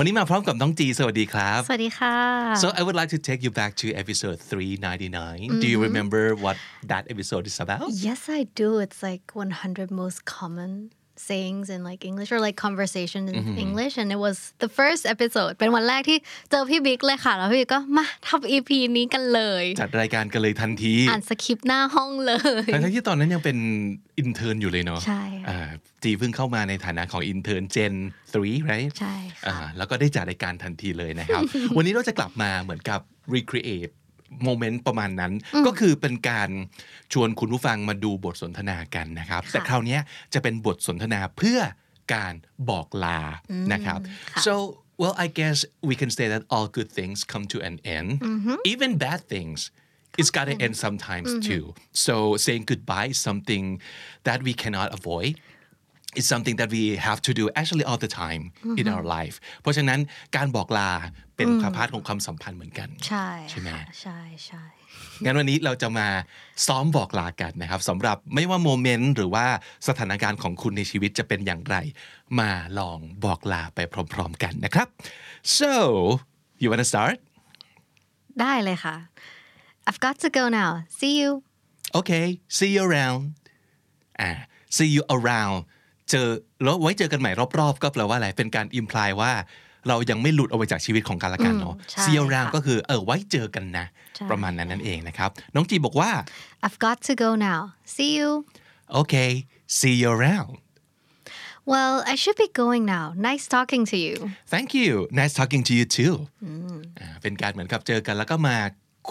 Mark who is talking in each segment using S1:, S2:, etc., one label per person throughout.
S1: วันนี้มาพร้อมกับน้องจี สวัสดีครับ
S2: สวัสดีค่ะ
S1: So I would like to take you back to episode 399. Do you remember what that episode is about?
S2: Yes I do it's like 100 most common sayings in like English or like conversation in English and it was the first episode เป็นวันแรกที่เจอพี่บิ๊กเลยค่ะ แล้วพี่บิ๊กก็มาทำ EP นี้กันเลย
S1: จัดรายการกันเลยทันที
S2: อ่านสคริปต์หน้าห้องเลย
S1: ทั้งๆที่ตอนนั้นยังเป็นอินเทอร์อยู่เลยเนาะ
S2: ใช่ค่ะ
S1: อ่าจีเพิ่งเข้ามาในฐานะของอินเทอร์เจน3 right
S2: ใช่ค่ะ
S1: อ่าแล้วก็ได้จัดรายการทันทีเลย นะครับ วันนี้เราจะกลับมาเหมือนกับ recreate โมเมนต์ประมาณนั้น ก็คือเป็นการชวนคุณผู้ฟังมาดูบทสนทนากันนะครับ แต่คราวเนี้ยจะเป็นบทสนทนาเพื่อการบอกลานะครับ so well I guess we can say that all good things come to an end even bad things it's gotta end sometimes too so saying goodbye is something that we cannot avoid it's something that we have to do actually all the time in our life เพราะฉะนั้นการบอกลาเป็นความพลาดของความสัมพันธ์เหมือนกัน
S2: ใช่
S1: ใช่ไหม
S2: ค่ะใช่ใช่
S1: งั้นวันนี้เราจะมาซ้อมบอกลากันนะครับสำหรับไม่ว่าโมเมนต์หรือว่าสถานการณ์ของคุณในชีวิตจะเป็นอย่างไร มาลองบอกลาไปพร้อมๆกันนะครับ so you wanna start
S2: ได้เลยค่ะ I've got to go now see you
S1: okay see you around อ่า see you around เจอแล้วไว้เจอกันใหม่รอบๆ ก็แปลว่าอะไร เป็นการ imply ว่า เรายังไม่หลุดออกไปจากชีวิตของกันและกันเนาะ
S2: อืมใช่
S1: see you around ก็คือเออไว้เจอกันนะ ประมาณนั้นนั่นเองนะครับ น้องจีบอกว่า
S2: I've got to go now see you
S1: okay see you around
S2: well I should be going now nice talking to you
S1: Thank you. Nice talking to you too. อ่าเป็นการเหมือนกับเจอกันแล้วก็มา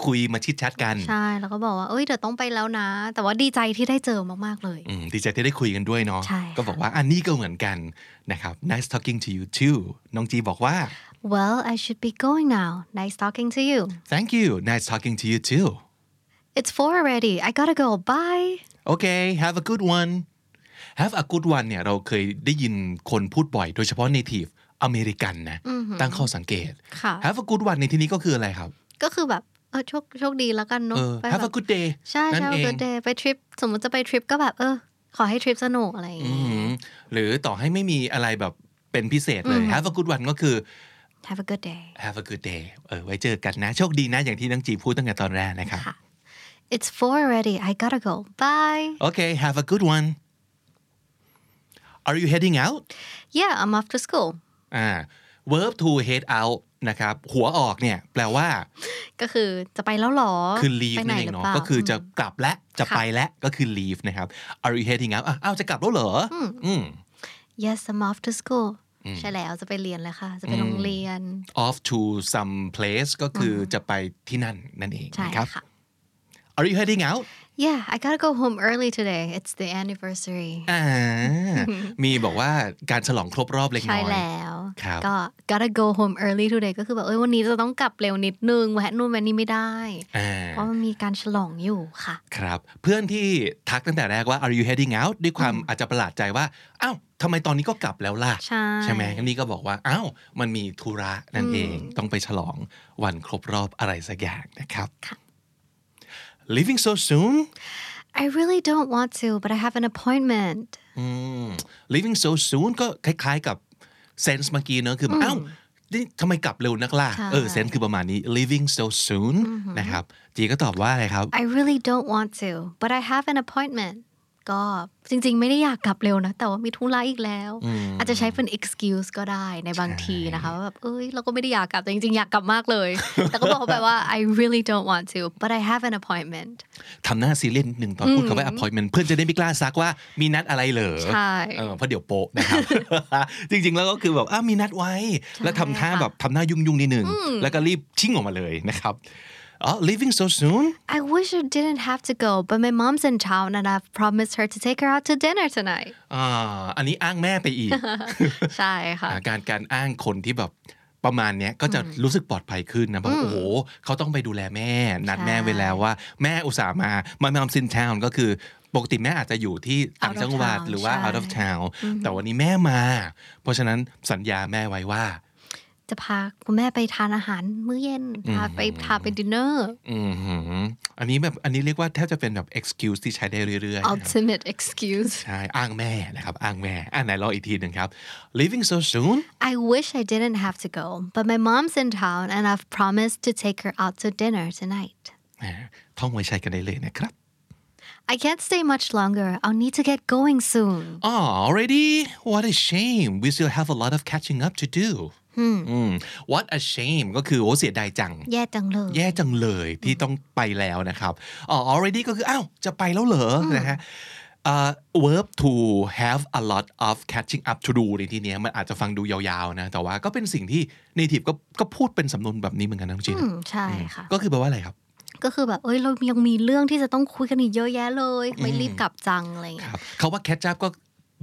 S1: คุยมาชิดแชทกัน
S2: ใช่แล้วก็บอกว่าเอ้ยเดี๋ยวต้องไปแล้วนะ แต่ว่าดีใจที่ได้เจอมากๆเลย
S1: อืมดีใจที่ได้คุยกันด้วยเนาะ
S2: ใช่ค่ะ
S1: ก็บอกว่าอันนี้ก็เหมือนกันนะครับ Nice talking to you too น้องจีบอกว่า
S2: well I should be going now nice talking to you
S1: Thank you. Nice talking to you too.
S2: it's four already I gotta go bye
S1: Okay. Have a good one. Have a good one เนี่ยเราเคยได้ยินคนพูดบ่อย โดยเฉพาะ native อเมริกันนะตั้งข้อสังเกต
S2: ค่ะ
S1: Have a good one ในที่นี้ก็คืออะไรครับ
S2: ก็คือแบบเออโชคโชคดีแล้วกันเน
S1: เอ
S2: อะ
S1: อ
S2: ไป
S1: Have
S2: แบ
S1: a
S2: บ
S1: good day
S2: ใช่
S1: นั่น
S2: ใช่
S1: เอง
S2: good day ไปทริปสมมติจะไปทริปก็แบบเออ ขอให้ทริปสนุกอะไรอย่าง
S1: อื
S2: งี้
S1: มหรือต่อให้ไม่มีอะไรแบบเป็นพิเศษเลย Have a good one ก็คือ
S2: have a good day
S1: Have a good day เออไว้เจอกันนะ โชคดีนะอย่างที่นังจีพูดตั้งแต่ตอนแรกนะครับ
S2: ค่ะ it's four already I gotta go bye
S1: โอเค Have a good one Are you heading out
S2: yeah I'm off to school
S1: อ่า verb to head out นะครับ หัวออกเนี่ย แปลว่า
S2: ก็คือจะไปแล้วเหรอ
S1: คือ leave
S2: ไปไหน
S1: นั่นเอง
S2: หรือ
S1: เนาะ
S2: เปล่า
S1: ก็คือจะกลับและจะ
S2: ค่ะ
S1: ไปและก็คือ leave นะครับ Are you heading out อ่ะอ้าวจะกลับแล้วเหรออืม
S2: yes I'm off to school ใช่แล้วจะไปเรียนแล้วค่ะ จะไปโรงเรียน
S1: off to some place ก็คืออจะไปที่นั่นนั่นเอง
S2: ใช่
S1: นะครับ
S2: ค่ะ
S1: Are you heading out
S2: Yeah I gotta go home early today It's the anniversary
S1: อ่ามีบอกว่าการฉลองครบรอบเล็ก
S2: ใช่
S1: น้อย
S2: แล้ว
S1: ครับ
S2: ก็ gotta go home early today ก็คือแบบเอ้ยวันนี้จะต้องกลับเร็วนิดนึงแวะนู่นแวะนี่ไม่ได้
S1: อ่า
S2: เพราะมันมีการฉลองอยู่ค่ะ
S1: ครับ เพื่อนที่ทักตั้งแต่แรกว่า are you heading out ด้วยความอาจจะประหลาดใจว่า อ้าวทำไมตอนนี้ก็กลับแล้วล่ะ
S2: ใช่
S1: ใช่ไหมงั้นนี่ก็บอกว่า อ้าว มันมีธุระนั่นเอง ต้องไปฉลองวันครบรอบอะไรสักอย่างนะครับ
S2: ค่ะ
S1: leaving so soon
S2: I really don't want to but I have an appointment
S1: อืม leaving so soon ก็คล้าย ๆกับ sense เมื่อกี้เนอะคือแบบอ้าวนี่ทำไมกลับเร็วนักล่ะ
S2: ใช่
S1: เออ sense คือประมาณนี้ leaving so soon นะครับ จีก็ตอบว่าอะไรครับ
S2: I really don't want to but I have an appointment ก็จริงๆ ไม่ได้อยากกลับเร็วนะ แต่ว่ามีธุระอีกแล้ว อาจจะใช้เป็น excuse ก็ได้ในบางทีนะคะว่าแบบเอ้ยเราก็ไม่ได้อยากกลับแต่จริงๆ อยากกลับมาก เลย แต่ก็บอกไปว่า I really don't want to but I have an appointment
S1: ทำหน้าซีเรียสนิดหนึ่งตอนพูดคำว่า appointment เพื่อนจะได้ไม่กล้าซักว่ามีนัดอะไรเหรอ
S2: ใช่
S1: เออเพราะเดี๋ยวโปะนะครับ จริงๆแล้วก็คือแบบอ้าวมีนัดไว้ แล้วทำท่าแบบทำหน้ายุ่งๆนิดหนึ่งแล้วก็รีบชิ่งออกมาเลยนะครับอ๋อ leaving so soon
S2: I wish I didn't have to go but my mom's in town and I've promised her to take her out to dinner tonight
S1: อ่าอันนี้อ้างแม่ไปอีก
S2: ใช่ค่ะ
S1: อ่าการการอ้างคนที่แบบ ประมาณเนี้ยก็จะรู้สึกปลอดภัยขึ้นนะเพราะโอ้โหเขาต้องไปดูแลแม่ นัดแม่ไว้แล้วว่าแม่อุตส่าห์มามามาซินทาวก็คือปกติแม่อาจจะอยู่ที่ต่าง
S2: Out of
S1: จังหวัด
S2: town
S1: หรือว่า
S2: ใช่
S1: out of town แต่วันนี้แม่มา เพราะฉะนั้นสัญญาแม่ไว้ว่า
S2: จะพาคุณแม่ไปทานอาหารมื้อเย็นพาไปพาไปดินเนอร์
S1: อืมหืออันนี้แบบอันนี้เรียกว่าแทบจะเป็นแบบ excuse ที่ใช้ได้เรื่อยๆนะครับ
S2: ultimate excuse
S1: ใช่ อ้างแม่นะครับ อ้างแม่ อ่านไหนรออีกทีหนึ่งครับ leaving so soon
S2: I wish I didn't have to go, but my mom's in town and I've promised to take her out to dinner tonight.
S1: แหมท่องไว้ใช้กันได้เลยนะครับ
S2: I can't stay much longer. I'll need to get going soon.
S1: Oh, already? What a shame. We still have a lot of catching up to do. Hmm. What a shame ก็คือโอ้เสียดายจัง
S2: แย่จังเลย
S1: แย่จังเลยที่ต้องไปแล้วนะครับอ๋อ already ก็คือ อ้าว จะไปแล้วเหรอนะฮะเอ่อ verb to have a lot of catching up to do ในที่เนี้ยมันอาจจะฟังดูยาวๆนะ แต่ว่าก็เป็นสิ่งที่ native ก็ก็พูดเป็นสำนวนแบบนี้เหมือนกันนะจริง
S2: อืมใช่ค่ะ
S1: ก็คือแปลว่าอะไรครับ
S2: Hmm, ก็คือแบบเอ้ยเรายังมีเรื่องที่จะต้องคุยกันอีกเยอะแยะเลยทำไม่รีบกลับจังอะไรอย่างเงี้
S1: ค
S2: ย
S1: รับเขาว่าแคชจับก็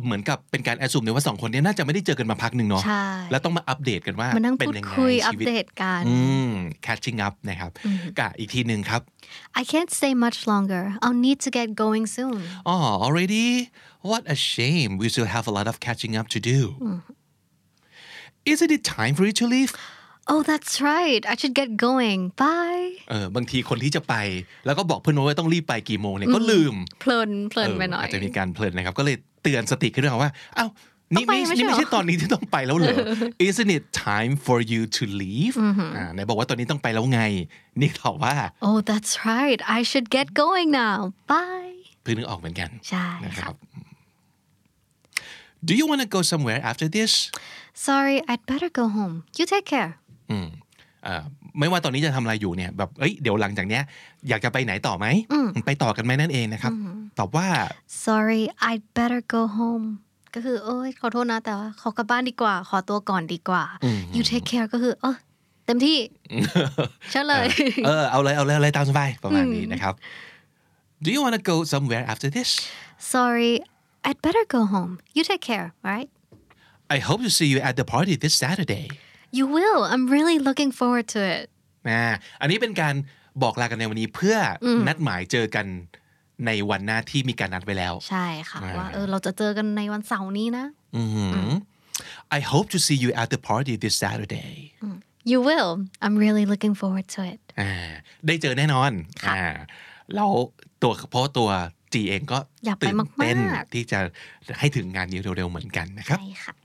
S1: เหมือนกับเป็นการแอดซูมเลยว่าสองคนเนี้น่าจะไม่ได้เจอกันมาพักหนึ่งเนาะ
S2: ใช่
S1: แล้วต้องมาอัปเดตกันว่า
S2: มานั่ง
S1: เป็
S2: พูด
S1: ยัไง
S2: คุยอัป
S1: ชีวิต
S2: เดตกัน
S1: อืม catching up นะครับกะอีกทีหนึ่งครับ
S2: I can't stay much longer. I'll need to get going soon.
S1: oh already what a shame we still have a lot of catching up to do isn't it time for you to leave
S2: Oh, that's right. I should get going. Bye.
S1: เออบางทีคนที่จะไป แล้วก็บอกเพื่อนว่าต้องรีบไปกี่โมงเนี่ยก็ลืม
S2: เพลินเพลินไปหน่อย
S1: จจะมีการเพลินนะครับ ก็เลยเตือนสติขึ้นมาว่าอ้าวนี่
S2: ต้องไป
S1: ไม่
S2: ไม่ใช่
S1: นี่ไม่
S2: หรอ
S1: ใช่ตอนนี้ที่ต้องไปแล้วเห รอ Isn't it time for you to leave อ่าไหนบอกว่าตอนนี้ต้องไปแล้วไง นี่ตอบว่า
S2: Oh, that's right. I should get going now. Bye.
S1: เพิ่งนึกออกเหมือนกัน
S2: ใช่
S1: นะค
S2: ค่ะ
S1: รับ Do you want to go somewhere after this
S2: Sorry, I'd better go home. You take care.
S1: อืมเอ่อไม่ว่าตอนนี้จะทำอะไรอยู่เนี่ยแบบเอ้ยเดี๋ยวหลังจากเนี้ย อยากจะไปไหนต่อไหมไปต่อกันไหมนั่นเองนะครับ ตอบว่า
S2: Sorry, I'd better go home. ก็คือเอ้ยขอโทษนะ แต่ว่าขอกลับบ้านดีกว่า ขอตัวก่อนดีกว่า You take care ก็คือเออเต็มที่ เชิญเลย
S1: เออเอาเลยเอาเลยเอาเลยตามสบายประมาณนี้นะครับ Do you want to go somewhere after this
S2: Sorry, I'd better go home. You take care, alright?
S1: I hope to see you at the party this Saturday
S2: You will. I'm really looking forward to it.
S1: นะอันนี้เป็นการบอกลากันในวันนี้เพื่ออนัดหมายเจอกันในวันหน้าที่มีการนัดไว้แล้ว
S2: ใช่ค่ะ
S1: อ่า
S2: ว่าเออเราจะเจอกันในวันเสาร์นี้นะ
S1: อือหืออ I hope to see you at the party this Saturday
S2: You will. I'm really looking forward to it.
S1: อ่าได้เจอแน่นอนอ่าแล้วตัวเพราะตัวจีเองก็
S2: อยากไป
S1: ตื่นเต้น
S2: มากๆ
S1: ที่จะให้ถึงงานนี้เร็วๆเหมือนกันนะครับ
S2: ใช่ค่ะ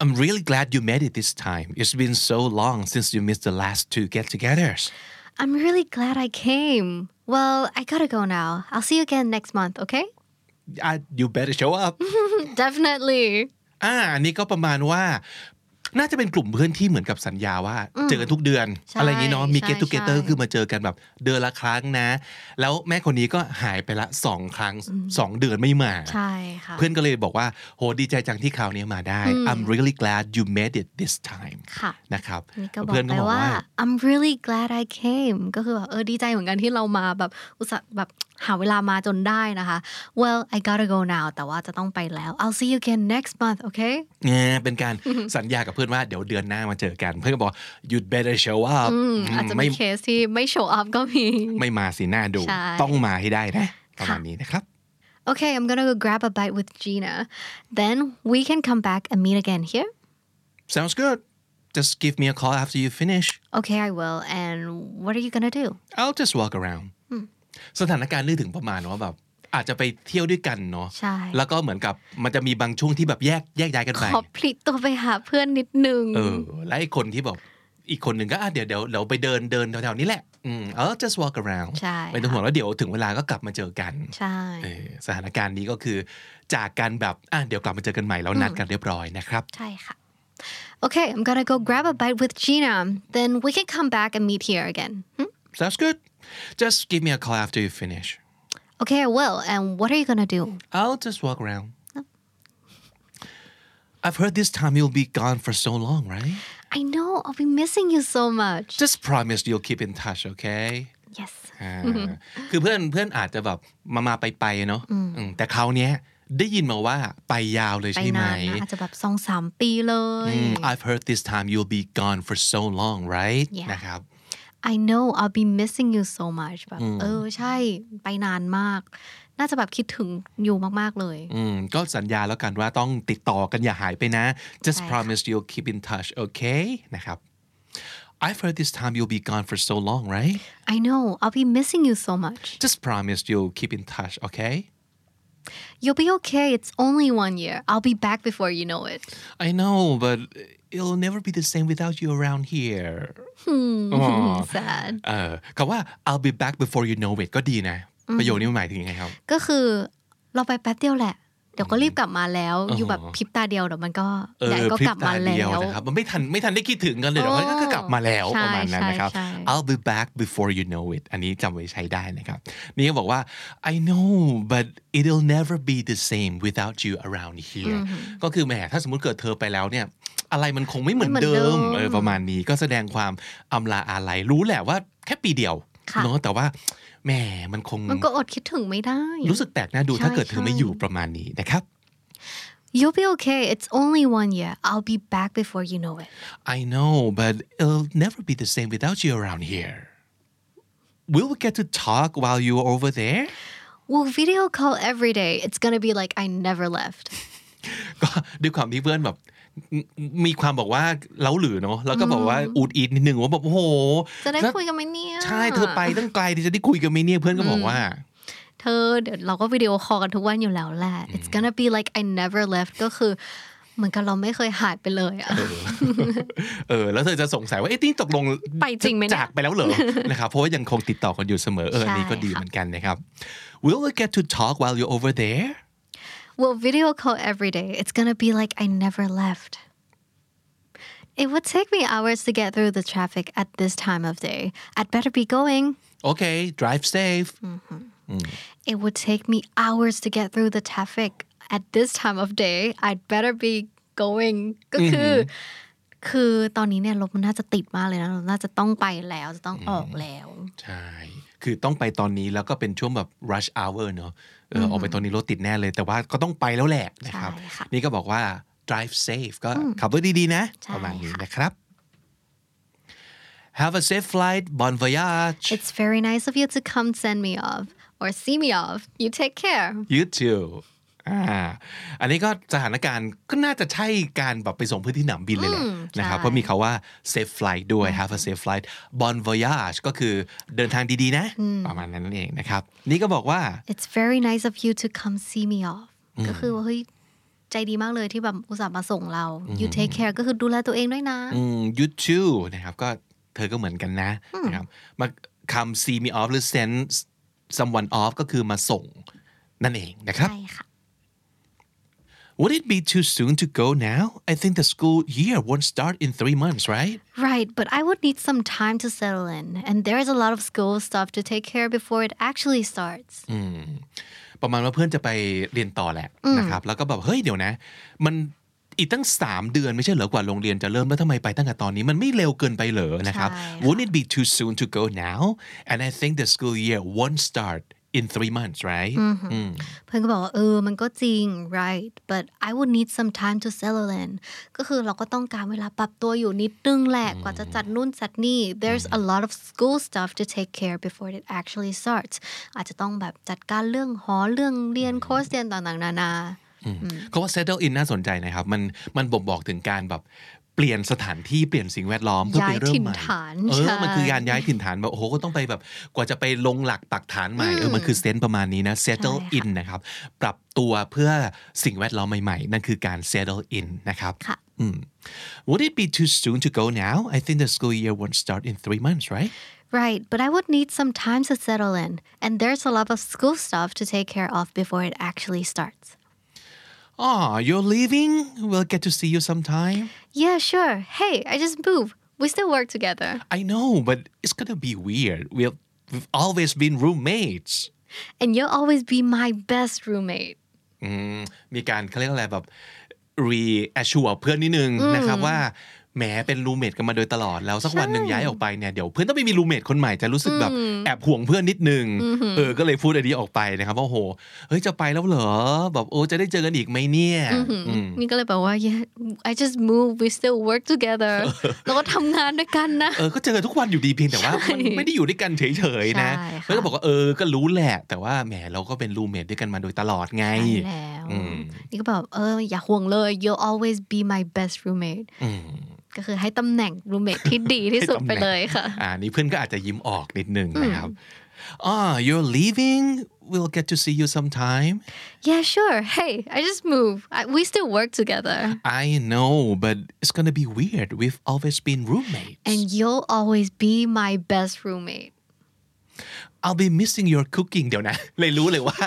S1: I'm really glad you made it this time. It's been so long since you missed the last two get togethers.
S2: I'm really glad I came. Well, I gotta go now. I'll see you again next month, okay?
S1: You better show up.
S2: Definitely.
S1: อ่าอันนี้ก็ประมาณว่า น่าจะเป็นกลุ่มเพื่อนที่เหมือนกับสัญญาว่า เจอกันทุกเดือน
S2: ใช่
S1: อะไรอย่างนี้เนาะ มี
S2: ใช่
S1: get together
S2: ใช่
S1: คือมาเจอกันแบบเดือนละครั้งนะ แล้วแม่คนนี้ก็หายไปละสองครั้งสองเดือนไม่มา
S2: ใช่ค่ะ
S1: เพื่อนก็เลยบอกว่า โหดีใจจังที่คราวนี้มาได้ I'm really glad you made it this time
S2: ค่ะ
S1: นะครับ
S2: นี่ก็บอก
S1: เพื่อน
S2: ไป
S1: ก็บอก
S2: ว่า
S1: ว่า
S2: I'm really glad I came ก็คือแบบเออดีใจเหมือนกันที่เรามาแบบอุตส่าห์แบบหาเวลามาจนได้นะคะ Well I gotta go now แต่ว่าจะต้องไปแล้ว I'll see you again next month okay
S1: เนี่ยเป็นการสัญญากับเพื่อนว่าเดี๋ยวเดือนหน้ามาเจอกัน เพื่อนก็บอก you'd better show up Mm,
S2: อืมอาจจะ
S1: ไม่
S2: มีเคสที่ไม่ show up ก็มี
S1: ไม่มาสิหน้าดู
S2: ใช่
S1: ต้องมาให้ได้นะประมาณนี้นะครับ
S2: Okay I'm gonna go grab a bite with Gina then we can come back and meet again here
S1: sounds good just give me a call after you finish
S2: Okay I will and what are you gonna do
S1: I'll just walk around สถานการณ์นึกถึงประมาณว่าแบบอาจจะไปเที่ยวด้วยกันเนาะ
S2: ใช่
S1: แล้วก็เหมือนกับมันจะมีบางช่วงที่แบบแยกแยกย้ายกัน
S2: ข
S1: ไป
S2: อพลิกตัวไปหาเพื่อนนิดนึง
S1: เออและไอ้คนที่แบบอีกคนหนึ่งก็อ่ะเดี๋ยวเดี๋ยวเราไปเดินเดินแถวๆนี้แหละอืม I'll just walk around
S2: ใช่
S1: ไม่ต้องห่วงแล้วเดี๋ยวถึงเวลาก็กลับมาเจอกัน
S2: ใช่
S1: เออสถานการณ์นี้ก็คือจากการแบบอ่ะเดี๋ยวกลับมาเจอกันใหม่แล้วนัดกันเรียบร้อยนะครับ
S2: ใช่ค่ะ Okay I'm gonna go grab a bite with Gina then we can come back and meet here again Hmm?
S1: sounds good just give me a call after you finish
S2: Okay I will and what are you gonna do
S1: I'll just walk around I've heard this time you'll be gone for so long right
S2: I know I'll be missing you so much
S1: just promise you'll keep in touch okay Ah.
S2: yes
S1: อ่าคือเพื่อนเพื่อนอาจจะแบบมามาไปไปๆเนาะอืมแต่คราวเนี้ย ได้ยินมาว่าไปยาวเลย
S2: ไป
S1: ใช่ไหม
S2: นานนะอาจจะแบบสองสามปีเลย
S1: อืม I've heard this time you'll be gone for so long right
S2: Yeah.
S1: นะครับ
S2: I know I'll be missing you so much แบบเออใช่ไปนานมาก น่าจะแบบคิดถึงอยู่มาก ๆ เลย
S1: อืม ก็สัญญาแล้วกันว่าต้องติดต่อกันอย่าหายไปนะ just
S2: ใช่ค่ะ
S1: promise you'll keep in touch okay นะครับ I've heard this time you'll be gone for so long right
S2: I know I'll be missing you so much
S1: just promise you'll keep in touch okay
S2: You'll be okay it's only one year I'll be back before you know it
S1: I know but it'll never be the same without you around here อ๋อ
S2: sad
S1: เออคำว่า I'll be back before you know it ก็ดีนะ ประโยคนี้มันหมายถึงยังไงครับ
S2: ก็คือเราไปแป๊บเดียวแหละ เดี๋ยวก็รีบกลับมาแล้ว อยู่แบบพริบตาเดียวเดี๋ยวมันก็
S1: เออ
S2: แดดก็
S1: พริ
S2: กลั
S1: บบ ตา
S2: มา
S1: เดี
S2: แล้
S1: ยว
S2: ว
S1: นะครับมันไม่ทันไม่ทันได้คิดถึงกันเลยเดี๋ยวมันก็กลับมาแล้ว
S2: ใช่
S1: ประมาณนั้นนะครับ
S2: ใช่ใช่
S1: I'll be back before you know it อันนี้จำไว้ใช้ได้นะครับ นี่ก็บอกว่า I know but it'll never be the same without you around here ก็คือแหมถ้าสมมติเกิดเธอไปแล้วเนี่ย อะไรมันคงไม่เหมือน
S2: ไม่เหมือน
S1: เดิม
S2: เดิม
S1: เออประมาณนี้ก็แสดงความอำลาอาลัยรู้แหละว่าแค่ปีเดียว
S2: ค่ะ
S1: เนาะแต่ว่าแหมมันคง
S2: มันก็อดคิดถึงไม่ได้
S1: รู้สึกแปลกหน้าดู
S2: ใช่
S1: ถ้าเกิดเธอไม่
S2: ใช่
S1: อยู่ประมาณนี้นะครับ
S2: You'll be okay it's only one year I'll be back before you know it
S1: I know, but it'll never be the same without you around here. Will we get to talk while you're over there?
S2: We'll video call every day it's gonna be like I never left
S1: ก็ด้วยความที่เพื่อนแบบมมีความบอกว่าเล้าหรือเนาะแล้วก็บอกว่าอูดอีดนิดนึงว่าแบบโอ้โห
S2: จะได้
S1: แล้ว
S2: คุยกันไหมเนี่ย
S1: ใช่เธอไปตั้งไกลจะได้คุยกันไหมเนี่ยเพื่อนก็บอกว่า
S2: เธอเดี๋ยวเราก็วิดีโอคอลกันทุกวันอยู่แล้วแหละ it's gonna be like I never left ก็คือ เหมือนกับเราไม่เคยหายไปเลยอะ
S1: เออแล้วเธอจะสงสัยว่าเอ๊ะนี่ตกลง
S2: ไปจริงไหมเนี่ย
S1: จากไปแล้วเหรอ นะครับเพราะว่ายังคงติดต่อกันอยู่เสมอเอออันนี้ก็ดี
S2: ใช่ค่ะ
S1: เหมือนกันนะครับ Will we get to talk while you're over there?
S2: We'll video call every day. It's gonna be like I never left. It would take me hours to get through the traffic at this time of day. I'd better be going.
S1: Okay, drive safe.
S2: It would take me hours to get through the traffic at this time of day. I'd better be going ก็คืออคือตอนนี้เนี่ยรถมันน่าจะติดมากเลยนะเราน่าจะต้องไปแล้วจะต้องออกแล้ว
S1: ใช่ คือต้องไปตอนนี้แล้วก็เป็นช่วงแบบ rush hour เนอะเอออออกไปตอนนี้รถติดแน่เลย แต่ว่าก็ต้องไปแล้วแหละนะครับ
S2: ใช่ค่ะ
S1: นี่ก็บอกว่า drive safe ก็ขับรถดี ๆ นะ
S2: ใช่
S1: ประมาณนี้นะครับ Have a safe flight bon voyage
S2: It's very nice of you to come send me off or see me off. You take care.
S1: you too อ่าอันนี้ก็สถานการณ์ก็น่าจะใช่การแบบไปส่งเพื่อนที่หนามบินเลยแหละนะครับ เพราะมีคาว่า safe flight ด้วย have a safe flight bon voyage ก็คือเดินทางดี ๆ นะ ประมาณนั้นนั่นเองนะครับ นี่ก็บอกว่า
S2: It's very nice of you to come see me off ก็คือว่าเฮ้ยใจดีมากเลยที่แบบอุตส่าห์มาส่งเรา you take care ก็คือดูแลตัวเองด้วยนะ
S1: อืม you too นะครับก็เธอก็เหมือนกันนะนะครับมาคำ see me off หรือ send someone off ก็คือมาส่งนั่นเองนะครับ
S2: ใช่ค่ะ
S1: Would it be too soon to go now? I think the school year won't start in three months, right?
S2: right but I would need some time to settle in and there's a lot of school stuff to take care before it actually starts
S1: ประมาณว่าเพื่อนจะไปเรียนต่อแหละนะครับแล้วก็แบบ เฮ้ยเดี๋ยวนะ มันอีกตั้ง 3 เดือนไม่ใช่เหรอกว่าโรงเรียนจะเริ่มแล้วทำไมไปตั้งแต่ตอนนี้ มันไม่เร็วเกินไปเหรอนะครับ
S2: ใช่ค่ะ
S1: Wouldn't it be too soon to go now? And I think the school year won't start in three months, right? อืม
S2: เพื่อนก็บอกว่าเออมันก็จริง right but I would need some time to settle in ก็คือเราก็ต้องการเวลาปรับตัวอยู่นิดนึงแหละกว่าจะจัดนู่นจัดนี่ there's a lot of school stuff to take care before it actually starts อาจจะต้องแบบจัดการเรื่องหอเรื่องเรียน คอร์สเรียนต่างๆ นานา
S1: เขาว่า settle in น่าสนใจนะครับ มันมันบ่งบอกถึงการแบบเปลี่ยนสถานที่เปลี่ยนสิ่งแวดล้อมเพื่อไปเริ่มใหม่
S2: ย้ายถิ่นฐาน
S1: เออ
S2: ใช่
S1: มันคือการย้ายถิ่นฐานแบบโอ้โหก็ต้องไปแบบกว่าจะไปลงหลักปักฐานใหม่เออมันคือเซนส์ประมาณนี้นะ settle in นะครับปรับตัวเพื่อสิ่งแวดล้อมใหม่ๆ นั่นคือการ settle in นะครับ
S2: ค่ะ
S1: อืม Would it be too soon to go now? I think the school year won't start in three months, right?
S2: Right, but I would need some time to settle in, and there's a lot of school stuff to take care of before it actually starts.
S1: Oh, you're leaving? We'll get to see you sometime.
S2: Yeah, sure. Hey, I just moved. We still work together.
S1: I know, but it's gonna be weird. We've we've always been roommates.
S2: and you'll always be my best roommate
S1: อืมมีการเขาเรียกอะไรแบบ reassure เพื่อนนิดนึงนะครับว่า แหมเป็นรูเมทกันมาโดยตลอดแล้วสักวันหนึ่งย้ายออกไปเนี่ยเดี๋ยวเพื่อนต้องไปมีรูเมทคนใหม่จะรู้สึกแบบ
S2: อืม
S1: แอบห่วงเพื่อนนิดนึง
S2: อือหือ
S1: เออก็เลยพูดอันนี้ออกไปนะครับว่าโอ้โหเฮ้ยจะไปแล้วเหรอแบบโอ้จะได้เจอกันอีกไหมเนี่ย
S2: อือหืออ
S1: อืม
S2: นี่ก็เลยแบบว่า yeah I just moved we still work together แล้วก็ทำงานด้วยกันนะ
S1: เออ ก็เจอกันทุกวันอยู่ดีเพียงแต่ว่า
S2: ใช่
S1: มันไม่ได้อยู่ด้วยกันเฉยๆนะ
S2: ใช่ค่ะ
S1: แล้วก็บอกว่าเออ ก็รู้แหละ แต่ว่าแหมเราก็เป็นรูเมทด้วยกันมาโดยตลอดไง
S2: ใช่แล้ว
S1: อืม
S2: นี่ก็แบบเอออย่าห่วงเลย you'll always be my best roommate
S1: อืม
S2: ก็คือให้ตำแหน่ง roommate ที่ดีที่สุดไป
S1: ให้ตำแหน่ง
S2: เลยค่ะ
S1: อ่า นี่เพื่อนก็อาจจะยิ้มออกนิดนึงนะครับอ๋อ you're leaving we'll get to see you sometime
S2: yeah sure hey I just moved I, we still work together
S1: I know but it's gonna be weird we've always been roommates
S2: and you'll always be my best roommate
S1: I'll be missing your cooking เดี๋ยวนะ เลยรู้เลยว่า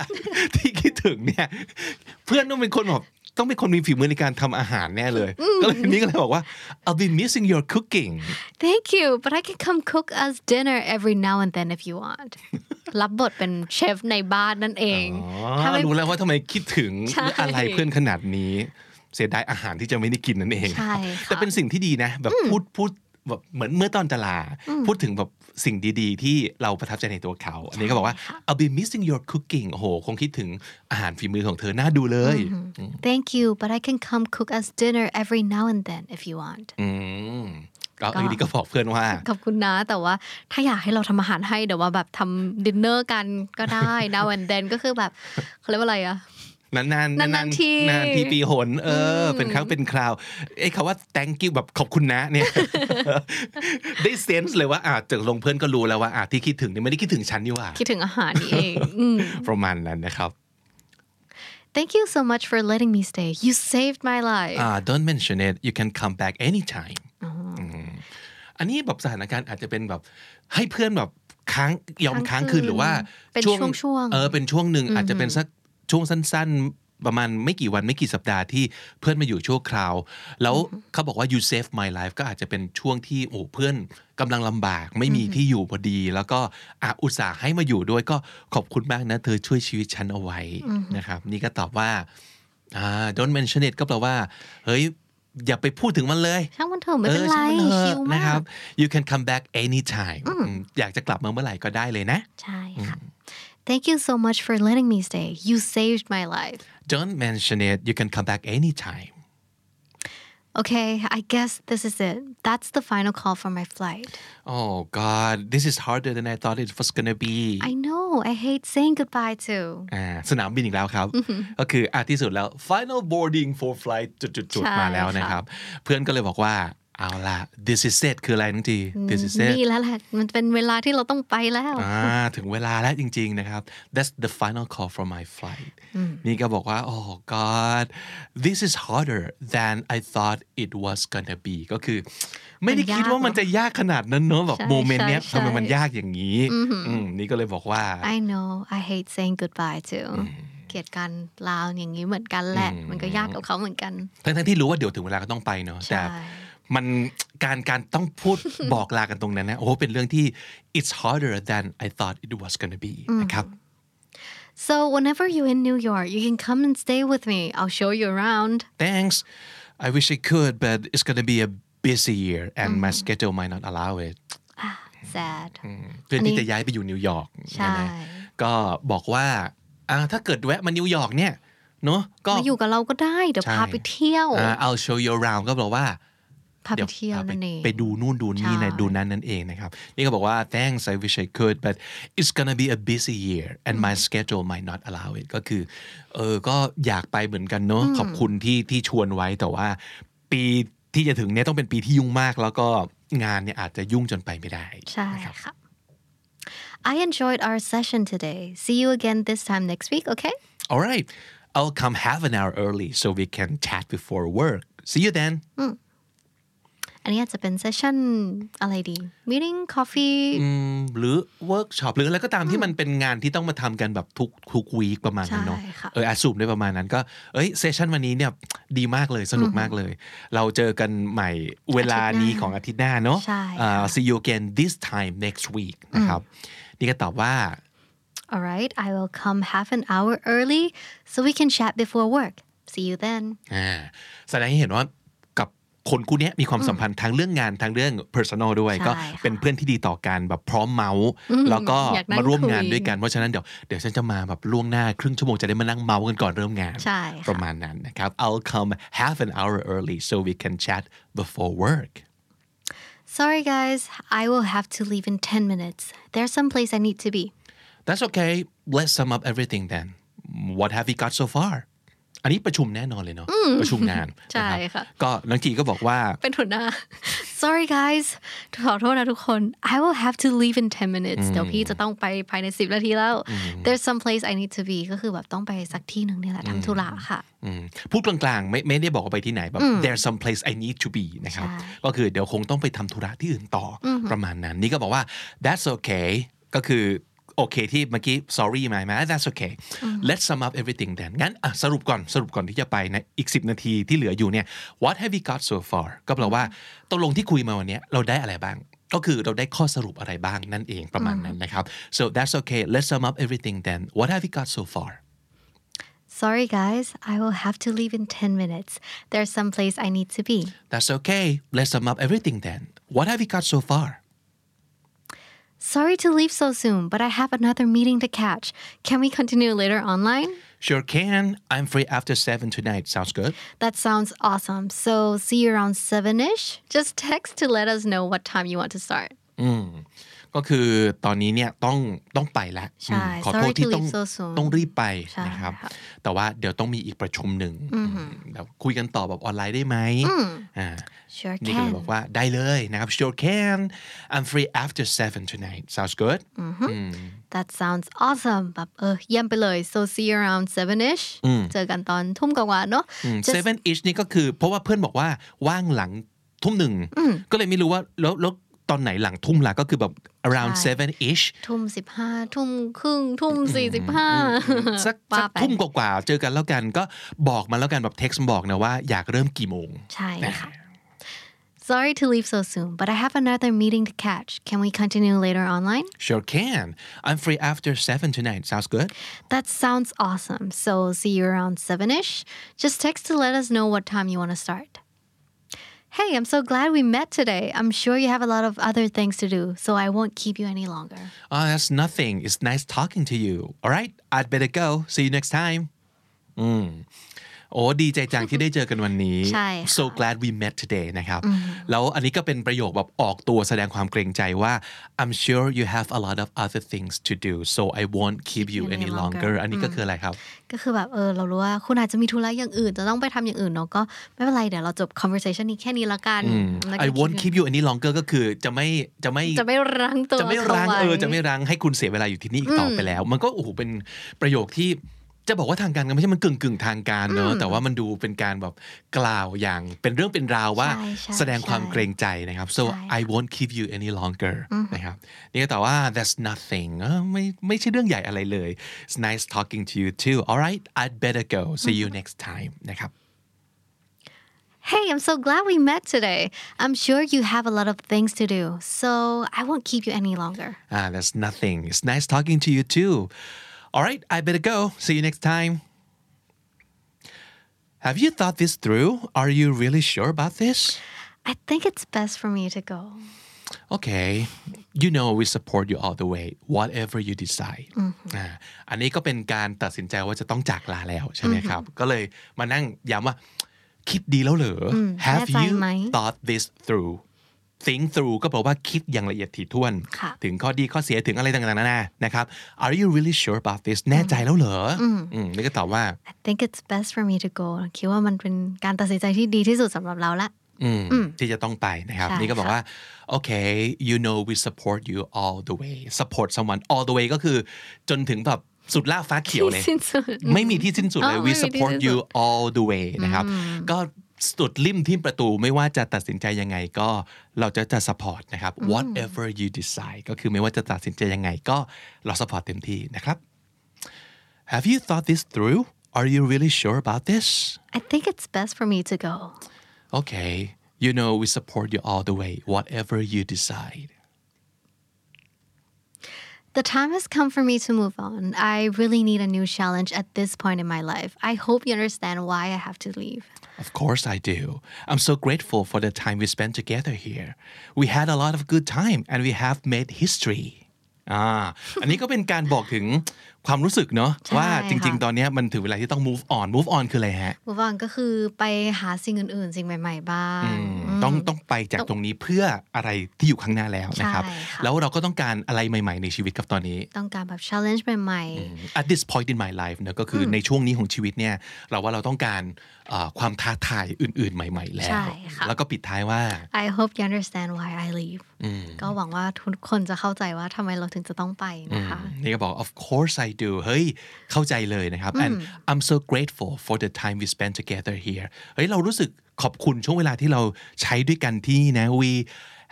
S1: ที่คิดถึงเนี่ย เพื่อนต้องเป็นคนแบบต้องเป็นคนมีฝีมือในการทำอาหารแน่เลยก็เลยนี่ก็เลยบอกว่า I'll be missing your cooking
S2: thank you but I can come cook us dinner every now and then if you want รับบทเป็นเชฟในบ้านนั่นเอง
S1: ถ้า
S2: ถ้าไม่
S1: รู้แล้วว่าทำไมคิดถึง
S2: ใช่
S1: อะไรเพื่อนขนาดนี้ เสียดายอาหารที่จะไม่ได้กินนั่นเอง
S2: ใช่ค่ะ
S1: แต่เป็นสิ่งที่ดีนะ แบบพูดพูดแบบเหมือนเมื่อตอนจะลา พูดถึงแบบสิ่งดีๆ ที่เราประทับใจในตัวเขา อันนี้ก็บอกว่า I'll be missing your cooking โอ้โห คงคิดถึงอาหารฝีมือของเธอน่าดูเลย
S2: thank you but I can come cook us dinner every now and then if you want
S1: อืมก็อันนี้ก็บอกเพื่อนว่า
S2: ขอบคุณนะแต่ว่าถ้าอยากให้เราทำอาหารให้เดี๋ยวว่าแบบทำดินเนอร์กันก็ได้ now and then ก็คือแบบเขาเรียกว่าอะไรอะ
S1: นานๆนาน
S2: นานๆที
S1: นานทีปีหน เออ เป็นครั้งเป็นคราวไอ้คำว่า thank you แบบขอบคุณนะ เนี่ย ได้เซนส์เลยว่าอ่าจากลงเพื่อนก็รู้แล้วว่าอ่าที่คิดถึงเนี่ยไม่ได้คิดถึงฉันนี่หว่า
S2: คิดถึงอาหารนี่เองอืม
S1: ประมาณนั้นนะครับ
S2: Mm. thank you so much for letting me stay you saved my life
S1: อ่า don't mention it you can come back anytime มอันนี้แบบสถานการณ์อาจจะเป็นแบบให้เพื่อนแบบค้างยอมค้างคืนหรือว่า
S2: เป็นช่วงๆ
S1: เออเป็นช่วงหนึ่งอาจจะเป็นสักช่วงสั้น ๆ ประมาณไม่กี่วันไม่กี่สัปดาห์ที่เพื่อนมาอยู่ชั่วคราว แล้วเขาบอกว่า you save my life ก็อาจจะเป็นช่วงที่โอ้เพื่อนกำลังลำบาก ไม่มีที่อยู่พอดี แล้วก็อ่ะอุตส่าห์ให้มาอยู่ด้วยก็ขอบคุณมากนะ เธอช่วยชีวิตฉันเอาไว้นะครับ นี่ก็ตอบว่าอ่า don't mention it ก็แปลว่าเฮ้ยอย่าไปพูดถึงมันเลย
S2: ช่างมันเถ
S1: Uh,
S2: อะไม่เป็น
S1: ออ
S2: ไร
S1: ช่างมันเถอะ
S2: ชิล
S1: นะ
S2: มา
S1: ครับ
S2: ก
S1: you can come back anytime อืมอยากจะกลับมาเมื่อไหร่ก็ได้เลยนะ
S2: ใช่ค่ะ thank you so much for letting me stay you saved my life
S1: don't mention it you can come back anytime
S2: okay I guess this is it that's the final call for my flight
S1: oh god this is harder than I thought it was gonna be
S2: I know I hate saying goodbye too
S1: อ่าสนามบินอีกแล้วครับ ก็คืออ่ะที่สุดแล้ว final boarding for flight จุด
S2: ใช่
S1: ๆ มาแล้วนะครับ เพื่อนก็เลยบอกว่า เอาล่ะ this is it คืออะไรน้องจี this is it
S2: นี่แล้วแหละมันเป็นเวลาที่เราต้องไปแล้ว
S1: อ่าถึงเวลาแล้วจริงๆนะครับ that's the final call for my flight นี่ก็บอกว่า oh god this is harder than I thought it was gonna be ก็คือ ไม่ได้คิดว่ามันจะยากขนาดนั้นเนอะแบบ
S2: ใช่
S1: โมเมนต์เนี้ย
S2: ใช่
S1: ทำไมมัน
S2: ใช่
S1: ยากอย่างนี้อืมนี่ก็เลยบอกว่า
S2: I know I hate saying goodbye too เกลียดการลาอย่างนี้เหมือนกันแหละ มันก็ยากกับเขาเหมือนกัน
S1: ทั้งๆที่รู้ว่าเดี๋ยวถึงเวลาก็ต้องไปเนอะแต่มันการการต้องพูด บอกลากันตรงนั้นนะโอ้โหเป็นเรื่องที่ it's harder than I thought it was gonna be นะครับ
S2: so whenever you in New York you can come and stay with me I'll show you around
S1: thanks I wish I could but it's gonna be a busy year and my schedule might not allow it
S2: sad
S1: เพื่อนที่จะย้ายไปอยู่นิวยอร์ก
S2: ใช่
S1: ไหมก็บอกว่าอ่าถ้าเกิดแวะมานิวยอร์กเนี่ยเนาะก็
S2: มาอยู่กับเราก็ได้ เดี๋ยว
S1: ใช่
S2: พาไปเที่ยว
S1: อ่า I'll show you around ก็บอกว่า
S2: พาไปเที่ยวนั่นเอง
S1: ไปดูนู่นดูนี่นะดูนั่นนั่นเองนะครับ นี่ก็บอกว่า thanks I wish I could but it's gonna be a busy year and my schedule might not allow it ก็คือเออก็อยากไปเหมือนกันเนาะขอบคุณที่ที่ชวนไว้แต่ว่า ปีที่จะถึงเนี่ยต้องเป็นปีที่ยุ่งมาก แล้วก็งานเนี่ยอาจจะยุ่งจนไปไม่ได้
S2: ใช่
S1: นะครับ
S2: ค่ะ I enjoyed our session today see you again this time next week okay
S1: all right I'll come half an hour early so we can chat before work see you then
S2: อันนี้อาจจะเป็นเซสชั่นอะไรดี meeting coffee
S1: Mm. หรือเวิร์กช็อปหรืออะไรก็ตามที่มันเป็นงานที่ต้องมาทำกันแบบทุกทุกวีคประมาณนั้นเนาะ
S2: ใช่ค่ะ
S1: เอออาสูมได้ประมาณนั้นก็เอ้ยเซสชันวันนี้เนี่ยดีมากเลยสนุกมากเลย เราเจอกันใหม่เวลานี้ของอาทิตย์หน้าเนาะ
S2: ใช่ค่ะ
S1: อ่า see you again this time next week นะครับ นี่ก็ตอบว่า
S2: All right, I will come half an hour early so we can chat before work. See you then.
S1: อ่าแสดงให้เห็นว่ากับ คนคู่เนี้ยมีความสัมพันธ์ทั้งเรื่องงานทั้งเรื่อง personal ด้วย
S2: ใช่
S1: ก็
S2: ค่ะ
S1: เป็นเพื่อนที่ดีต่อกันแบบพร้อมเมาส์
S2: อืม
S1: แล้วก็
S2: อยากนั่ง
S1: มาร่วมงาน
S2: คุย
S1: ด้วยกันเพราะฉะนั้นเดี๋ยวเดี๋ยวฉันจะมาแบบล่วงหน้าครึ่งชั่วโมงจะได้มานั่งเมาส์กันก่อนเริ่มงาน
S2: ใช่
S1: ป
S2: ค่ะ
S1: ระมาณนั้นนะครับ I'll come half an hour early so we can chat before work
S2: Sorry guys I will have to leave in 10 minutes there's some place I need to be
S1: That's okay let's sum up everything then what have we got so far อันนี้ประชุมแน่นอนเลยเนาะประชุมงาน
S2: ใช่
S1: นรับ
S2: ค่ะ
S1: ก็น้องกีก็บอกว่า
S2: เป็นหัวหน้า sorry guys ขอโทษนะทุกคน I will have to leave in 10 minutes เดี๋ยวพี่จะต้องไปภายใน 10 นาทีแล้ว there's some place I need to be ก็คือแบบต้องไปสักที่หนึ่งเนี่ยแหละทำธุระค่ะ
S1: อืมพูดกลางๆ ไม่ไม่ได้บอกว่าไปที่ไหนแบบ there's some place I need to be นะครับ
S2: ใช่
S1: ก็คือเดี๋ยวคงต้องไปทำธุระที่อื่นต่ออประมาณนั้น นี่ก็บอกว่า that's okay ก็คือโอเคที่เมื่อกี้ sorry มาไหม that's okay let's sum up everything then งั้นอ่ะสรุปก่อนสรุปก่อนที่จะไปนะอีก 10 นาทีที่เหลืออยู่เนี่ย what have we got so far ก็แปลว่าตกลงที่คุยมาวันเนี้ยเราได้อะไรบ้าง ก็คือเราได้ข้อสรุปอะไรบ้างนั่นเองประมาณนั้นนะครับ so that's okay let's sum up everything then what have we got so far
S2: sorry guys I will have to leave in 10 minutes there's some place I need to be
S1: That's okay. Let's sum up everything then. What have we got so far?
S2: sorry to leave so soon but I have another meeting to catch can we continue later online
S1: Sure can. I'm free after 7 tonight. Sounds good.
S2: That sounds awesome. So see you around 7 ish. Just text to let us know what time you want to start.
S1: ก็คือตอนนี้เนี่ยต้องต้องไปละ
S2: ใช่
S1: อืมขอโทษ
S2: Sorry to
S1: ที่ต้อง
S2: leave so soon
S1: ต้องรีบไป
S2: ใช่
S1: นะครับ
S2: ค่ะ
S1: แต่ว่าเดี๋ยวต้องมีอีกประชุมหนึ่งแล้วคุยกันต่อแบบออนไลน์ได้ไหมอ่า
S2: Sure
S1: นี่ก็เลย
S2: can
S1: บอกว่าได้เลยนะครับ Sure can. I'm free after 7 tonight. Sounds good.
S2: That sounds awesome แบบเออเยี่ยมไปเลย So see you around 7 ish เจอกันตอนทุ่มกว่าๆเนาะ
S1: Mm.
S2: Just
S1: 7 ish นี่ก็คือเพราะว่าเพื่อนบอกว่าว่างหลังทุ่มหนึ่ง ก็เลยไม่รู้ว่าแล้วแล้วตอนไหนหลังทุ่มล่ะก็คือแบบ around
S2: ใช่
S1: 7 ish
S2: ทุ่ม15 ทุ่มครึ่ง ทุ่ม 45
S1: สัก
S2: ว่า
S1: สัก
S2: ไป
S1: ทุ่มกว่าๆเจอกันแล้วกันก็บอกมาแล้วกันแบบเท็กซ์บอกนะว่าอยากเริ่มกี่โมง
S2: ใช่ค่ะ Sorry to leave so soon but I have another meeting to catch Can we continue later online
S1: Sure can I'm free after 7 tonight sounds good
S2: That sounds awesome So see you around 7 ish Just text to let us know what time you want to start Hey I'm so glad we met today I'm sure you have a lot of other things to do so I won't keep you any longer
S1: Oh that's nothing it's nice talking to you alright I'd better go see you next time อืมโอ้ดีใจจังที่ได้เจอกันวันนี้
S2: ใช่ค่ะ
S1: so glad we met today นะครับ แล้วอันนี้ก็เป็นประโยคแบบออกตัวแสดงความเกรงใจว่า I'm sure you have a lot of other things to do so I won't keep you any longer อันนี้ก็คืออะไรครับ
S2: ก็คือแบบเออเรารู้ว่าคุณอาจจะมีธุระอย่างอื่น จะต้องไปทำอย่างอื่นเนาะก็ไม่เป็นไรเดี๋ยวเราจบ conversation นี้แค่นี้ละกัน แล้วก็
S1: I won't keep you any longer ก็คือจะไม่จะไม่
S2: จะไม่รั้งตัว
S1: จะไม่รั้ง
S2: ขาว้
S1: เออจะไม่รั้งให้คุณเสียเวลาอยู่ที่นี่อีกต่อไปแล้ว มันก็โอ้โหเป็นประโยคที่จะบอกว่าทางการก็ไม่ใช่มันกึ่งกึ่งๆทางการเนอะแต่ว่ามันดูเป็นการแบบกล่าวอย่างเป็นเรื่องเป็นราวว่า
S2: ใช่ใช่
S1: แสดงความ
S2: ใช่
S1: เกรงใจนะครับ so
S2: ใช่ค่ะ
S1: I won't keep you any longer นะครับนี่ก็แต่ว่า that's nothing เออไม่ไม่ใช่เรื่องใหญ่อะไรเลย it's nice talking to you too alright I'd better go see you next time นะครับ
S2: Hey I'm so glad we met today I'm sure you have a lot of things to do so I won't keep you any longer
S1: Ah, that's nothing. It's nice talking to you too. All right, I better go. See you next time. Have you thought this through? Are you really sure about this?
S2: I think it's best for me to go
S1: Okay, you know we support you all the way, whatever you decide. อ่าอันนี้ก็เป็นการตัดสินใจว่าจะต้องจากลาแล้วใช่ไหมครับ ก็เลยมานั่งย้ำว่า คิดดีแล้วเหรออ Have
S2: แน่ใจ
S1: you
S2: ไหม
S1: thought this through think through ก็แปลว่าคิดอย่างละเอียดถี่ถ้วน
S2: ค่ะ
S1: ถึงข้อดีข้อเสียถึงอะไรต่างๆนานานะครับ Are you really sure about this แน่ใจแล้วเหรอออืมนี่ก็ตอบว่า
S2: I think it's best for me to go คิดว่ามันเป็นการตัดสินใจที่ดีที่สุดสำหรับเราละ
S1: อืมที่จะต้องไปนะครับ
S2: ใช่
S1: นี่ก็บอกว่า โอเค you know we support you all the way support someone all the way ก็คือจนถึงแบบสุดล่าฟ้าเขียวเลย
S2: ที่สิ้นสุด
S1: ไม่มีที่สิ้นสุดเลย
S2: อ๋อ
S1: we
S2: ไม่มีที่
S1: support
S2: สิ้นสุด
S1: you all the way นะครับ ก็สุดลิ่มทิ่มประตูไม่ว่าจะตัดสินใจยังไงก็เราจะจะ support นะครับ whatever you decide ก็คือไม่ว่าจะตัดสินใจยังไงก็เรา support เต็มที่นะครับ have you thought this through are you really sure about this
S2: I think it's best for me to go
S1: Okay, you know we support you all the way, whatever you decide.
S2: The time has come for me to move on. I really need a new challenge at this point in my life. I hope you understand why I have to leave.
S1: Of course I do. I'm so grateful for the time we spent together here. We had a lot of good time and we have made history. อ่า อันนี้ก็เป็นการบอกถึงความรู้สึกเนาะ
S2: ใช่
S1: ว่าจริง
S2: ค่ะ
S1: ๆ ตอนเนี้ยมันถึงเวลาที่ต้อง move on move on คืออะไรฮะ
S2: หวังก็คือไปหาสิ่งอื่นๆ สิ่งใหม่ๆบ้าง
S1: อืม
S2: อืม
S1: ต้องต้องไปจากตรงนี้เพื่ออะไรที่อยู่ข้างหน้าแล้วนะครับ
S2: ใช่ค่ะ
S1: แล้วเราก็ต้องการอะไรใหม่ ๆ ในชีวิตครับตอนนี้
S2: ต้องการแบบ challenge ใหม่
S1: at this point in my life นะก็คือในช่วงนี้ของชีวิตเนี่ยเราว่าเราต้องการเอ่อความท้าทายอื่น ๆ ใหม่ ๆ แล้
S2: ใช่
S1: ว
S2: ค่ะ
S1: แล้วก็ปิดท้ายว่า
S2: ๆ I hope you understand why I leave ก็หวังว่าทุกคนจะเข้าใจว่าทำไมเราถึงจะต้องไปนะคะ
S1: นี่ก็บอก of course I do เฮ้ย เข้าใจเลยนะครับ and I'm so grateful for the time we spent together here เฮ้ย เรารู้สึกขอบคุณช่วงเวลาที่เราใช้ด้วยกันที่นี่นะ we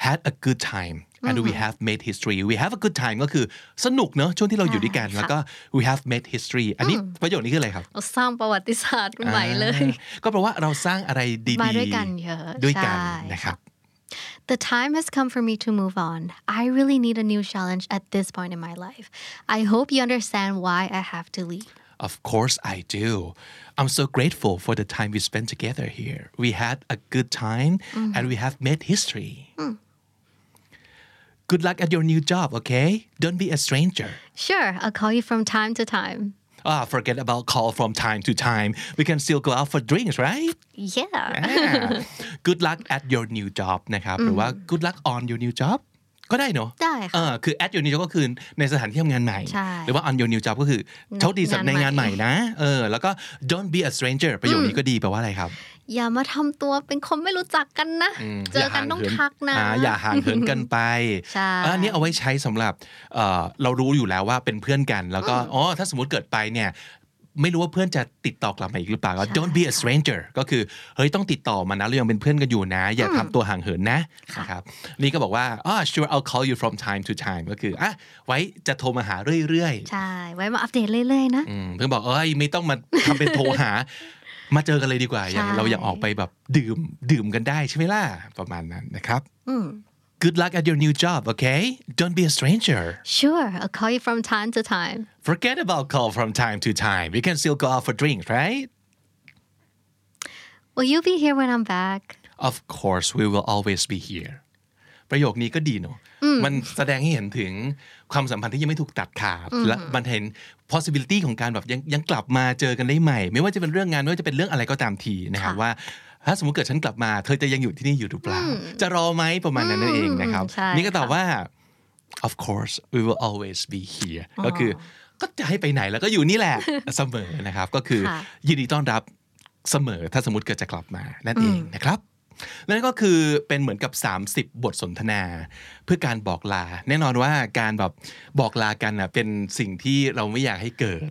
S1: had a good time and we have made history we have a good time ก็คือสนุกเนอะช่วงที่เราอยู่ด้วยกัน
S2: ใช่ค่ะ
S1: แล้วก็ we have made history อันนี้ประโยคนี้คืออะไรครับ
S2: เราสร้างประวัติศาสตร์ใหม่เลย
S1: อ่าก็แปลว่าเราสร้างอะไรดีๆ
S2: มาด้วยกันเยอะ
S1: ด้วยกัน
S2: ใช่
S1: นะครับ
S2: The time has come for me to move on. I really need a new challenge at this point in my life. I hope you understand why I have to leave.
S1: Of course I do I'm so grateful for the time we spent together here we had a good time
S2: Mm-hmm.
S1: and we have made history
S2: Mm.
S1: Good luck at your new job okay don't be a stranger
S2: Sure, I'll call you from time to time.
S1: ah forget about call from time to time we can still go out for drinks right
S2: Yeah.
S1: อ่า Good luck at your new job นะครับ หรือว่า Good luck on your new job ก็ได้เนอะ
S2: ได้ค่ะ
S1: เออคือ at your new job ก็คือในสถานที่ทำงานใหม่
S2: ใช่
S1: หรือว่า on your new job ก็คือโชคดีสำหรับใน
S2: งานใหม่
S1: งานใหม่นะ เออ แล้วก็ don't be a stranger ประโยคนี้ก็ดีแปลว่าอะไรครับ
S2: อย่ามาทำตัวเป็นคนไม่รู้จักกันนะ
S1: ม
S2: เจอกันต้องทักนะ
S1: อ่าอย่าห่างเหินกันไป
S2: ใช่
S1: อันนี้เอาไว้ใช้สำหรับเอ่อเรารู้อยู่แล้วว่าเป็นเพื่อนกัน แล้วก็ อ๋อ ถ้าสมมติเกิดไปเนี่ย ไม่รู้ว่าเพื่อนจะติดต่อกลับมาอีกหรือเปล่าก็ don't be a stranger ก็คือ เฮ้ย ต้องติดต่อมานะเรายังเป็นเพื่อนกันอยู่นะ อย่าทำตัวห่างเหินนะนะครับนี่ก็บอกว่าอ๋อ sure I'll call you from time to time ก็คืออ่ะไว้จะโทรมาหาเรื่อย
S2: ใช่ ไว้มาอัปเดตเรื่อยๆนะ
S1: ๆอืมเพื่อนบอกเอ้ยไม่ต้องมาทำเป็นโทรหา มาเจอกันเลยดีกว่าอย่าง
S2: ใช่
S1: เราอยากออกไปแบบดื่มดื่มกันได้ใช่ไหมล่ะประมาณนั้นนะครับ
S2: อืม
S1: good luck at your new job okay don't be a stranger
S2: Sure, I'll call you from time to time.
S1: forget about call from time to time we can still go out for drinks right
S2: Will you be here when I'm back?
S1: Of course we will always be here ประโยคนี้ก็ดีเนอะมันแสดงให้เห็นถึงความสัมพันธ์ที่ยังไม่ถูกตัดขาด และมันเห็น possibility ของการแบบยังยังกลับมาเจอกันได้ใหม่ ไม่ว่าจะเป็นเรื่องงานไม่ว่าจะเป็นเรื่องอะไรก็ตามทีนะครับว่า ถ้าสมมติเกิดฉันกลับมา เธอจะยังอยู่ที่นี่อยู่หรือเปล่า จะรอไหมประมาณนั้นนั่นเองนะครับ
S2: ใช่
S1: นี่ก็ตอบ
S2: ค่ะ
S1: ว่า of course we will always be here ก็คือก็จะให้ไปไหนแล้วก็อยู่นี่แหละ เสมอนะครับ ก็คือ
S2: ค่ะ
S1: ยินดีต้อนรับเสมอถ้าสมมติเกิดจะกลับมานั่นเองนะครับ นั่นก็คือเป็นเหมือนกับ 30 บทสนทนา เพื่อการบอกลา แน่นอนว่าการแบบบอกลากันอ่ะเป็นสิ่งที่เราไม่อยากให้เกิด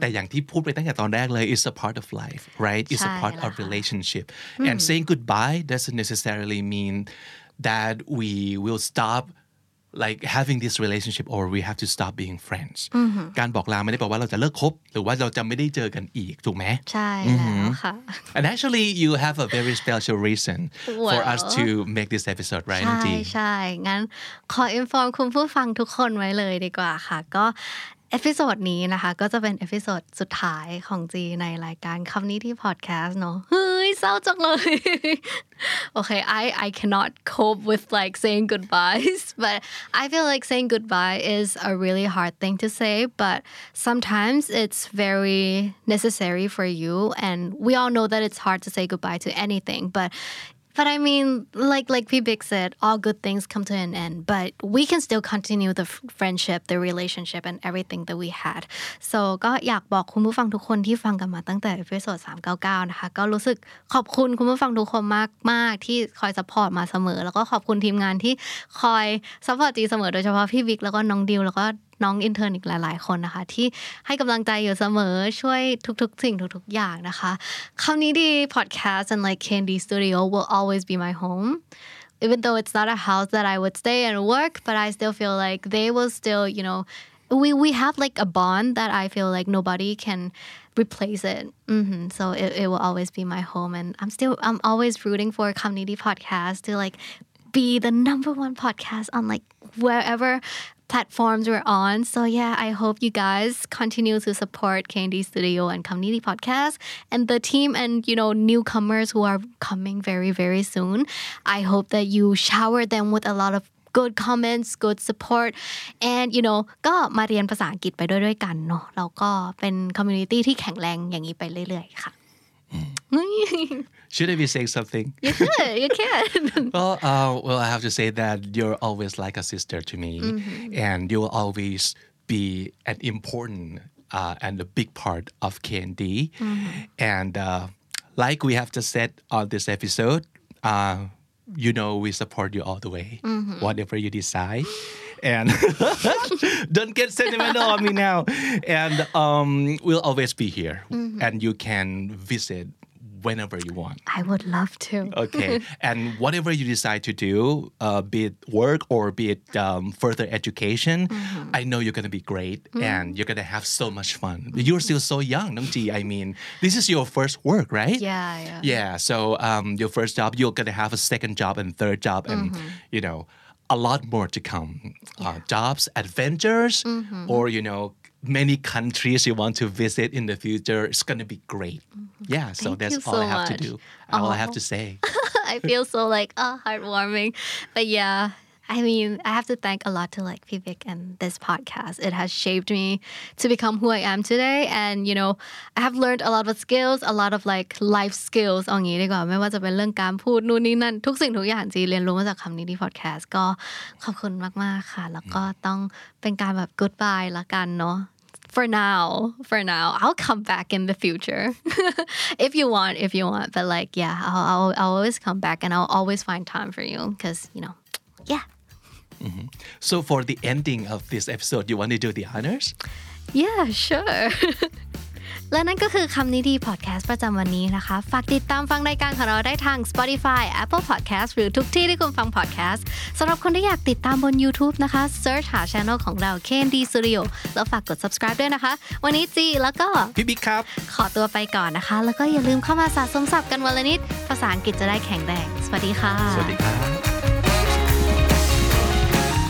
S1: แต่อย่างที่พูดไปตั้งแต่ตอนแรกเลย is a part of life right is a
S2: ใช่
S1: part of
S2: แล้วค่ะ
S1: relationship and saying goodbye doesn't necessarily mean that we will stop like having this relationship or we have to stop being friends การบอกลาไม่ได้แปลว่าเราจะเลิกคบ หรือว่าเราจะไม่ได้เจอกันอีกถูกไหม
S2: ใช่แล้วค่ะ
S1: And actually, you have a very special reason for us
S2: Wow.
S1: to make this episode, right,
S2: ใช่
S1: Angie?
S2: ใช่ งั้นขออินฟอร์มคุณผู้ฟังทุกคนไว้เลยดีกว่าค่ะ ก็เอพิโซดนี้นะคะ ก็จะเป็นเอพิโซดสุดท้ายของจีในรายการคำนี้ที่พอดแคสต์เนาะเฮ้ยเศร้าจังเลย โอเค I I cannot cope with like saying goodbyes but I feel like saying goodbye is a really hard thing to say but sometimes it's very necessary for you and we all know that it's hard to say goodbye to anything but But I mean, like like P Big said, all good things come to an end. But we can still continue the f- friendship, the relationship, and everything that we had. So ก็อยากบอกคุณผู้ฟังทุกคนที่ฟังกันมาตั้งแต่เอพิโซด399 นะคะ ก็รู้สึกขอบคุณคุณผู้ฟังทุกคนมากมากๆที่คอยสปอร์ตมาเสมอ แล้วก็ขอบคุณทีมงานที่คอยสปอร์ตจีเสมอโดยเฉพาะพี่บิ๊กแล้วก็น้องดิวแล้วก็น้องอินเทอร์นอีกหลาย ๆ คนนะคะ ที่ให้กำลังใจอยู่เสมอช่วยทุก ๆ สิ่งทุก ๆ อย่างนะคะคำนี้ดี podcast and like Candy Studio will always be my home even though it's not a house that I would stay and work but I still feel like they will still you know we we have like a bond that I feel like nobody can replace it hmm so it, it will always be my home and I'm still I'm always rooting for community podcast to like be the number one podcast on like wherever platforms we're on. So yeah, I hope you guys continue to support Candy Studio and Community Podcast and the team and you know newcomers who are coming very very soon. I hope that you shower them with a lot of good comments good support and you know ก็มาเรียนภาษาอังกฤษไปด้วยด้วยกันเนาะเราก็เป็น community ที่แข็งแรงอย่างนี้ไปเรื่อยๆค่ะ
S1: Should I be saying something?
S2: you can you can
S1: Well, uh, well, I have to say that you're always like a sister to me, and you will always be an important uh, and a big part of KND. And uh, like we have just said on this episode, uh, you know we support you all the way, whatever you decide. And don't get sentimental on me now. And um, we'll always be here, and you can visit whenever you want.
S2: I would love to
S1: Okay. and whatever you decide to do, uh, be it work or be it um, further education,
S2: Mm-hmm.
S1: I know you're going to be great and you're going to have so much fun. You're still so young, Nong Ji. I mean, this is your first work, right?
S2: yeah yeah
S1: Yeah. So um, your first job, you're going to have a second job and third job and,
S2: Mm-hmm.
S1: you know, a lot more to come. Uh, jobs, adventures,
S2: Mm-hmm.
S1: or, you know, many countries you want to visit in the future. It's going to be great. Yeah. So
S2: Mm-hmm. Thank you
S1: that's all
S2: so
S1: I have to
S2: much. Uh-huh.
S1: do. All I have to say.
S2: I feel so like oh, heartwarming. But yeah, I mean, I have to thank a lot to like Vivek and this podcast. It has shaped me to become who I am today. And you know, I have learned a lot of skills, a lot of like life skills เอางี้ดีกว่าไม่ว่าจะเป็นเรื่องการพูดนู่นนี่นั่นทุกสิ่งทุกอย่างจีเรียนรู้มาจากคำนี้ที่พอดแคสต์ก็ขอบคุณมากๆค่ะ แล้วก็ต้องเป็นการแบบ goodbye ละกันเนาะ for now for now i'll come back in the future if you want if you want but like yeah I'll, I'll, I'll always come back and i'll always find time for you because you know yeah
S1: So for the ending of this episode, you want to do the honors?
S2: yeah sure และนั่นก็คือคำนี้ดี podcast ประจำวันนี้นะคะ ฝากติดตามฟังรายการของเราได้ทาง Spotify Apple Podcast หรือทุกที่ที่คุณฟัง podcast สำหรับคนที่อยากติดตามบน YouTube นะคะ search หา channel ของเรา KND Studio แล้วฝากกด subscribe ด้วยนะคะ วันนี้จีแล้วก็
S1: พี่บิ๊กครับ
S2: ขอตัวไปก่อนนะคะ แล้วก็อย่าลืมเข้ามาสะสมศัพท์กันวันละนิด ภาษาอังกฤษจะได้แข็งแรง สวัสดีค่ะ
S1: สวัสดีครับ